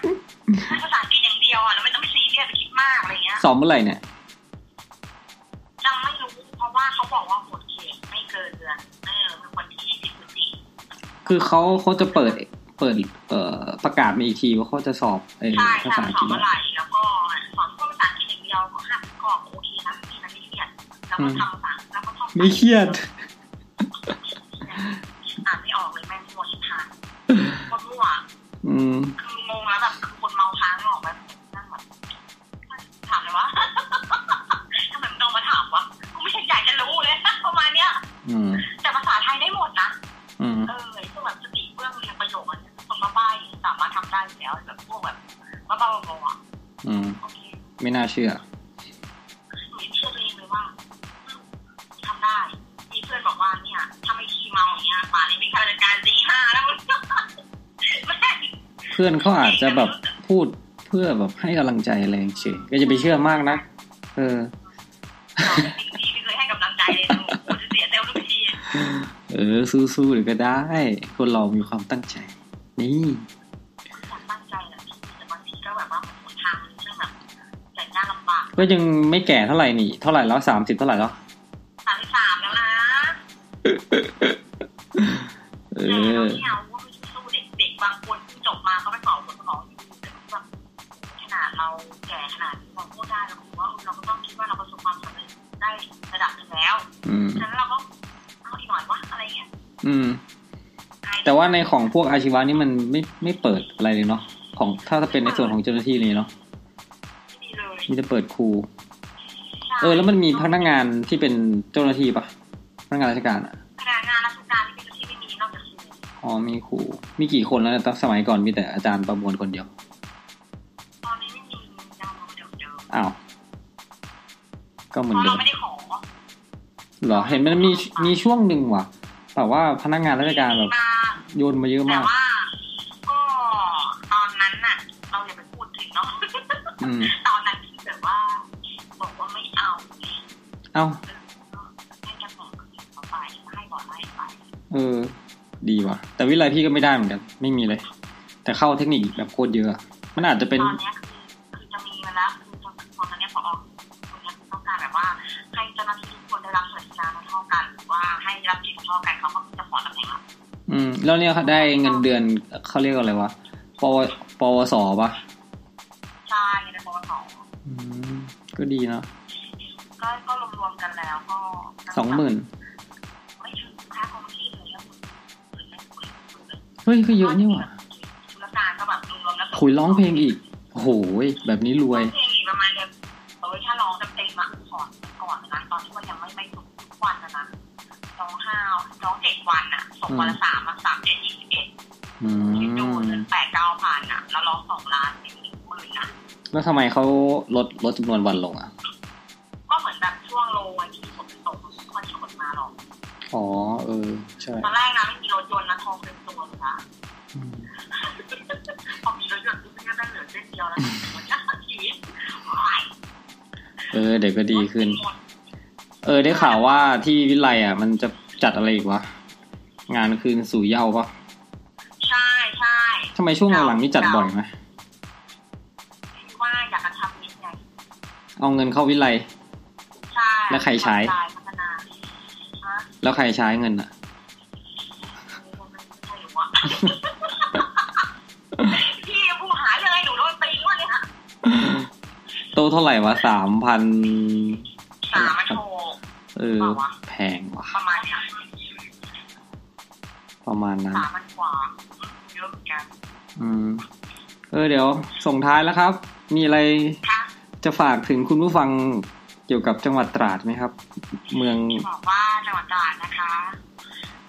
ให้ภาษาอังกฤษอย่างเดียวอ่ะแล้วไม่ต้องไปซีเรียสไปคิดมากอะไรเงี้ย สอบเมื่อไหร่เนี่ย จำไม่รู้เพราะว่าเขาบอกว่าหมดเขตไม่เกินเดือนเออเป็นวันที่ยี่สิบพฤศจิก คือเขาเขาจะเปิดเปิด เอ่อประกาศมาอีกทีว่าเขาจะสอบเออา ใช่ ภา ค่ะ ษาอัง ส ก อ ฤษบเมื่อไหร่แล้วก็สอนภาษาอังกฤษอย่างเดียวก็ห้ามกรอกโอเคนะมีมันไม่เครียดแล้วก็ทำภาษาแล้วก็ท่อง ไม่เครียด อ่านไม่ออกเลยแม่งมัวชิบหายคนมั่ว อืม คืองงแล้วแบบคือคนเมาค้างออกแบบนั่งแบบถามเลยวะ ทำไมมึงต้องมาถามวะกูไม่เห็นอยากจะรู้เลย ประมาณเนี้ย อืม แต่ภาษาไทยได้หมดนะ อืม เออไอ้พวกแบบสติเบื้องเรียนประโยคอะไรเนี่ยคนมาบ้ายังสามารถทำได้อยู่แล้วแบบพวกแบบบ้าบ้าๆบอๆอ่ะ อืม โอเค ไม่น่าเชื่อ หนูยังเชื่อตัวเองเลยว่าทำได้มีเพื่อนบอกว่าเนี่ยถ้าไม่ขี้เมาอย่างเงี้ยป่านนี้เป็นข้าราชการดีห้าแล้ว มึง แม่ง เพื่อนเขาอาจจะ แบบพูดเพื่อแบบให้กำลังใจอะไรอย่างเงี้ยก็จะไปเชื่อมากนะ เออ พี่ไม่เคยให้กำลังใจเลยหนูจะเสียเซลล์ทุกที เออ สู้ๆหรือก็ได้ คนเรามีความตั้งใจ นี่ ผมตั้งใจแหละพี่แต่บางทีก็แบบว่ามันหนทางมันช่างแบบแต่งหน้าลำบาก ก็ยังไม่แก่เท่าไหร่นี่ เท่าไหร่แล้วสามสิบเท่าไหร่แล้ว สามสิบสามแล้วนะ เอ แต่เรา อ ไม่เอาว่าไม่สู้เด็กเด็กบางคนที่จบมาก็ไปสอบคนสมองอยู่แต่แบบขนาดเราแก่ขนาดนี้เราพูดได้เราคิดว่าเออเราก็ต้องคิดว่าเราประสบความสำเร็จได้ระดับหนึงแล้ว อืม ฉะนั้นเราก็เอาอีกหน่อยวะอะไรเงี้ย อืม แต่ว่าในของพวกอาชีวะนี่มันไม่ไม่เปิดอะไรเลยเนาะ ของถ้าจะเป็นในส่วนของเจ้าหน้าที่เลยเนาะ ไม่ดีเลย มีแต่เปิดครู เออ แล้วมันมีพนักงานที่เป็นเจ้าหน้าที่ปะพนักงานราชการอะ พนักงานราชการที่เป็นที่ไม่มีนอกจากครู อ๋อมีครู มีกี่คนแล้วเนี่ยตั้งสมัยก่อนมีแต่อาจารย์ประมวลคนเดียว ตอนนี้ไม่มียังเหมือนเดิม อ้าว ก็เห เพ มือน ราะ เดิ เรา ม ไม่ได้ขอ เหรอ เห็นมันมีมีช่วงหนึ่งว่ะแบบว่าพนักงานราชการแบบ มา โยนมาเยอะ แต่ มาก ว่าก็ตอนนั้นน่ะ เราอย่าไปพูดถึงเนาะ อืม ตอนนั้นที่แบบว่า บอกว่าไม่เอา เอ้า เออก็ให้จะบอกกับเขาไปไม่ให้บอกไล่ไป เออ ดีว่ะ แต่วิไลพี่ก็ไม่ได้เหมือนกัน ไม่มีเลย แต่เข้าเทคนิคแบบโคตรเยอะอะมันอาจจะเป็น ตอนเนี้ยคือคือจะมีมาแล้วคือตอนตอนเนี้ยพอออกคนเนี้ยคือต้องการแบบว่า ให้เจ้าหน้าที่ทุกคนได้รับสวัสดิการเท่ากันหรือว่าให้รับสิทธิ์เท่ากันเขาก็จะขอตำแหน่งเรา อืม แล้วเนี่ยเขาได้เงินเดือนเขาเรียกว่าอะไรวะ ปวปวสปะ ใช่ในปวส อืม ก็ดีเนาะ ก็ก็รวมๆกันแล้วก็ สองหมื่น ไม่ถึงค่าครองชีพเลยอะหรือไม่คุยเลย เฮ้ย ก็เยอะนี่ว่ะ ธุรการก็แบบรวมๆแล้ว คุยร้องเพลงอีก โอ้โหยแบบนี้ร ร้ ว อย งเพลงอีกประมาณแบบเออถ้าร้องเต็มๆอะก่อนก่อนนะตอนที่ว่ายังไม่ไม่สุกทุกวันนะนะร้องห้าวร้องเจ็ดวันอะส่งวันละสามอะสามเจ็ดยี่สิบเอ็ด อื คิดดู ม เงินแปดเก้าพันอ่ะ แล้วร้องสองล้านเป็นหนึ่งหมื่นอ่ะ แล้วทำไมเขาลดลดจำนวนวันลงอ่ะ ก็เหมือนแบบช่วงโลวันที่ฝนตกไม่ค่อยชนมาหรอก อ๋อ เออ ใช่ ตอนแรกนะไม่มีรถยนต์นะทองเป็นตัวเลยนะ อืม พอมีรถยนต์ปุ๊บก็ได้เหลือเส้นเดียวแล้วมันยาก ชีวิต เออ เดี๋ยวก็ดีขึ้น เออ ได้ข่าวว่าที่วิไลอ่ะ มันจะจัดอะไรอีกวะ งานคืนสู่เหย้าปะ ใช่ใช่ ทำไมช่วงหลังๆนี่จัดบ่อยไหม คิดว่าอยากจะทำนิดไง เอาเงินเข้าวิไล ใช่ แล้วใครใช้ พัฒนาฮะ แล้วใครใช้เงินอ่ะ ไม่รู้ อะพี่ผู้หายเลยหนูโดนตีว่าเนี่ยค่ะ โตะเท่าไหร่วะสามพัน สามอันโทร เออ แพงว่ะ ประมาณเนี้ย ประมาณนั้น สามพันกว่าเยอะเหมือนกัน อืม เออ เดี๋ยว ส่งท้ายแล้วครับ มีอะไร ค่ะ จะฝากถึงคุณผู้ฟังเกี่ยวกับจังหวัดตราดไหมครับ เมือง บอกว่าจังหวัดตราดนะคะ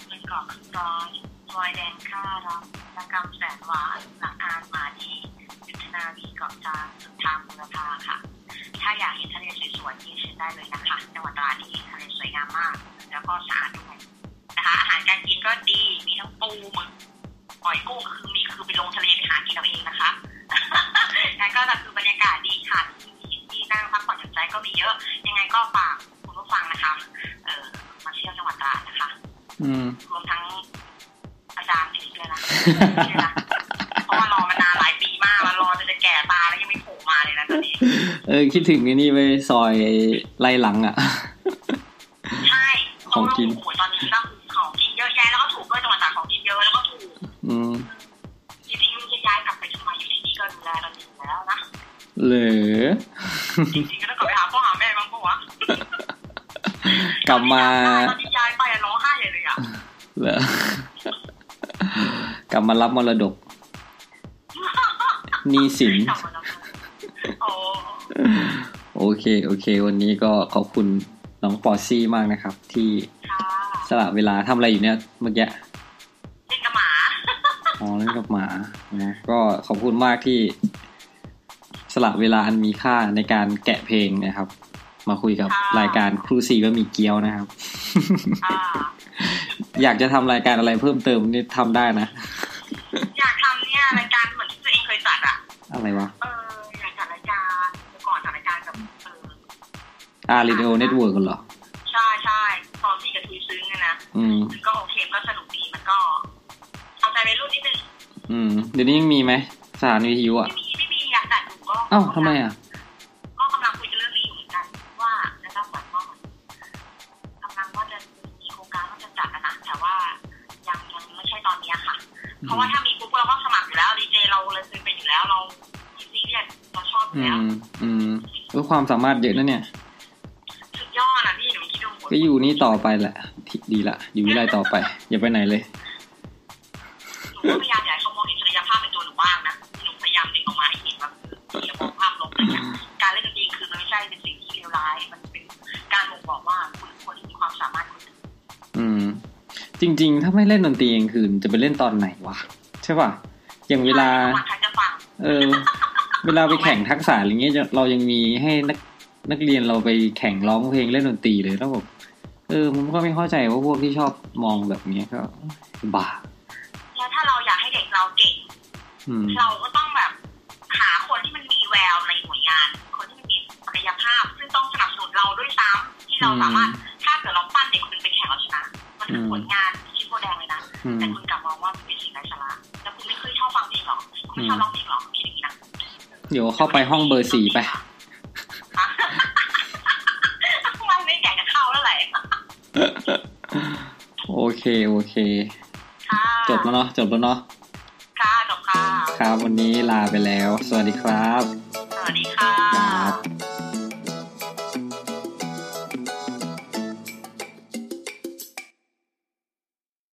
เป็นเกาะขึ้นร้อยรอยแดงข้ารับและกำแสนหวานหลังอานมาที่ยุทธนาวีเกาะจานสุดทางบุรพาค่ะ ถ้าอยากเห็นทะเลสวยๆที่เชียงได้เลยนะคะ จังหวัดตราดนี่ทะเลสวยงามมาก แล้วก็สะอาดด้วยนะคะ อาหารการกินก็ดีมีทั้งปูหมึกหอยกุ้งคือมีคือไปลงทะเลไปหากินเอาเองนะคะ แล้วก็แบบคือบรรยากาศดีค่ะที่ที่นั่งพักผ่อนหย่อนใจก็มีเยอะ ยังไงก็ฝากคุณผู้ฟังนะคะ เออมาเที่ยวจังหวัดตราดนะคะ อืม รวมทั้งอาจารย์ถึงด้วย นะเชื่อนะเพราะว่ารอมานานหลายปีมากมันรอจนจะแก่ตาแล้วยังไม่โผล่มาเลยนะตอนนี้ เออ คิดถึงไอ้นี่ไปซอยไล่หลังอะ่ ะ ใช่ ข ต้ อ อง ง กิน โอ้โหตอนนี้ก็คือของกินเยอะแยะแล้วก็ถูกด้วยจังหวัดตราดของกินเยอะแล้วก็ถูก อืม จริงๆจะย้ายกลับไปทำไมอยู่ที่นี่ก็ดูแลเราดีแล้วนะ เหลือ จริงๆก็ต้องกลับไปหาพ่อหาแม่บ้างปะวะ กลับมา ตอนที่ย้ายไปอะร้องไห้ใหญ่เลยอ่ะ เหลือกลับมารับมรดกหนี่สิน กลับมาแล้วโอ้ โอเค โอเค วันนี้ก็ขอบคุณน้องปอซี่มากนะครับ ที่ ค่ะ สละเวลาทำอะไรอยู่เนี่ยเมื่อกี้ เล่นกับหมา อ๋อเล่นกับหมานะก็ขอบคุณมากที่สละเวลาอันมีค่าในการแกะเพลงนะครับ มาคุยกับ ค่ะ รายการครูซีบะหมี่เกี๊ยวนะครับ อ่า อยากจะทำรายการอะไรเพิ่มเติมนี่ทำได้นะ อยากทำเนี่ยรายการเหมือนที่ตัวเองเคยจัดอ่ะ อะไรวะ เอออยากจัดรายการแต่ก่อนจัดรายการแบบเออ อาริโอเน็ตเวิร์กเหรอ ใช่ใช่ตอนที่กับทุยซึ้งเนี่ยนะ อืม มันก็โอเคมันก็สนุกดีมันก็เอาใจไปรุ่นนิดนึง อืม เดี๋ยวนี้ยังมีไหมสถานวิทยุอ่ะ ไม่มีไม่มีอยากจัดอยู่ก็ เอ้าทำไมอ่ะ ก็กำลังคุยกันเรื่องนี้อยู่เหมือนกันว่าจะต้องเปิดกล้องกำลังว่าจะมีโครงการว่าจะจัดอะนะแต่ว่ายังยังไม่ใช่ตอนเนี้ยค่ะ เพราะว่าถ้ามีปุ๊บเราก็สมัครอยู่แล้วดีเจเราเลยเคยเป็นอยู่แล้วเรามีซีเรียสเราชอบอยู่ อื แล้ว ม อืมเออความสามารถเยอะนะเนี่ย สุดยอดนะพี่หนูคิดดูหมด ก็อยู่นี่ต่อไปแหละที่ดีละ อยู่วิไลต่อไป อย่าไปไหนเลย หนูก็พยายามอยากให้เขามองเห็นศักยภาพเป็นตัวหนูบ้างนะหนูพยายามดึงออกมาให้เห็นว่าคืออย่ามองภาพลบนะการเล่นดนตรีคือมันไม่ใช่เป็นสิ่งที่เลวร้าย มันเป็นการบ่งบอกว่าคุณเป็นคนที่มีความสามารถคนหนึ่ง อืม จริง ๆ ถ้าไม่เล่นดนตรีกลางคืนจะไปเล่นตอนไหนวะ ใช่ป่ะ อย่างเวลา วันใครจะฟัง เออ เวลาไปแข่งทักษะอะไรเงี้ยจะเรายังมีให้นักนักเรียนเราไปแข่งร้องเพลงเล่นดนตรีเลยแล้วแบบเออผมก็ไม่เข้าใจว่าพวกที่ชอบมองแบบเนี้ยก็บ้า แล้วถ้าเราอยากให้เด็กเราเก่ง อืม เราก็ต้องแบบหาคนที่มันมีแววในหน่วยงาน คนที่มันมีศักยภาพ ซึ่งต้องสนับสนุนเราด้วยซ้ำที่เราสามารถถ้าเกิดเราปั้นเด็กคนหนึงเป็นแข่งเราชนะ มันคือผลงานชิ้นโบแดงเลยนะ อืม แต่คุณกลับมองว่ามันเป็นสิ่งไร้สาระแล้วคุณไม่เคยชอบฟังเพลงหรอกคุณไม่ชอบร้องเพลงหรอกคิดอย่างนี้นะ เดี๋ยวเข้าไปห้องเบอร์สี่ไป ฮะ มันไม่อยากจะเข้าแล้วแหละ โอเคโอเค ค่ะ จบแล้วเนาะจบแล้วเนาะ ค่ะจบค่ะ ครับ วันนี้ลาไปแล้ว สวัสดีครับ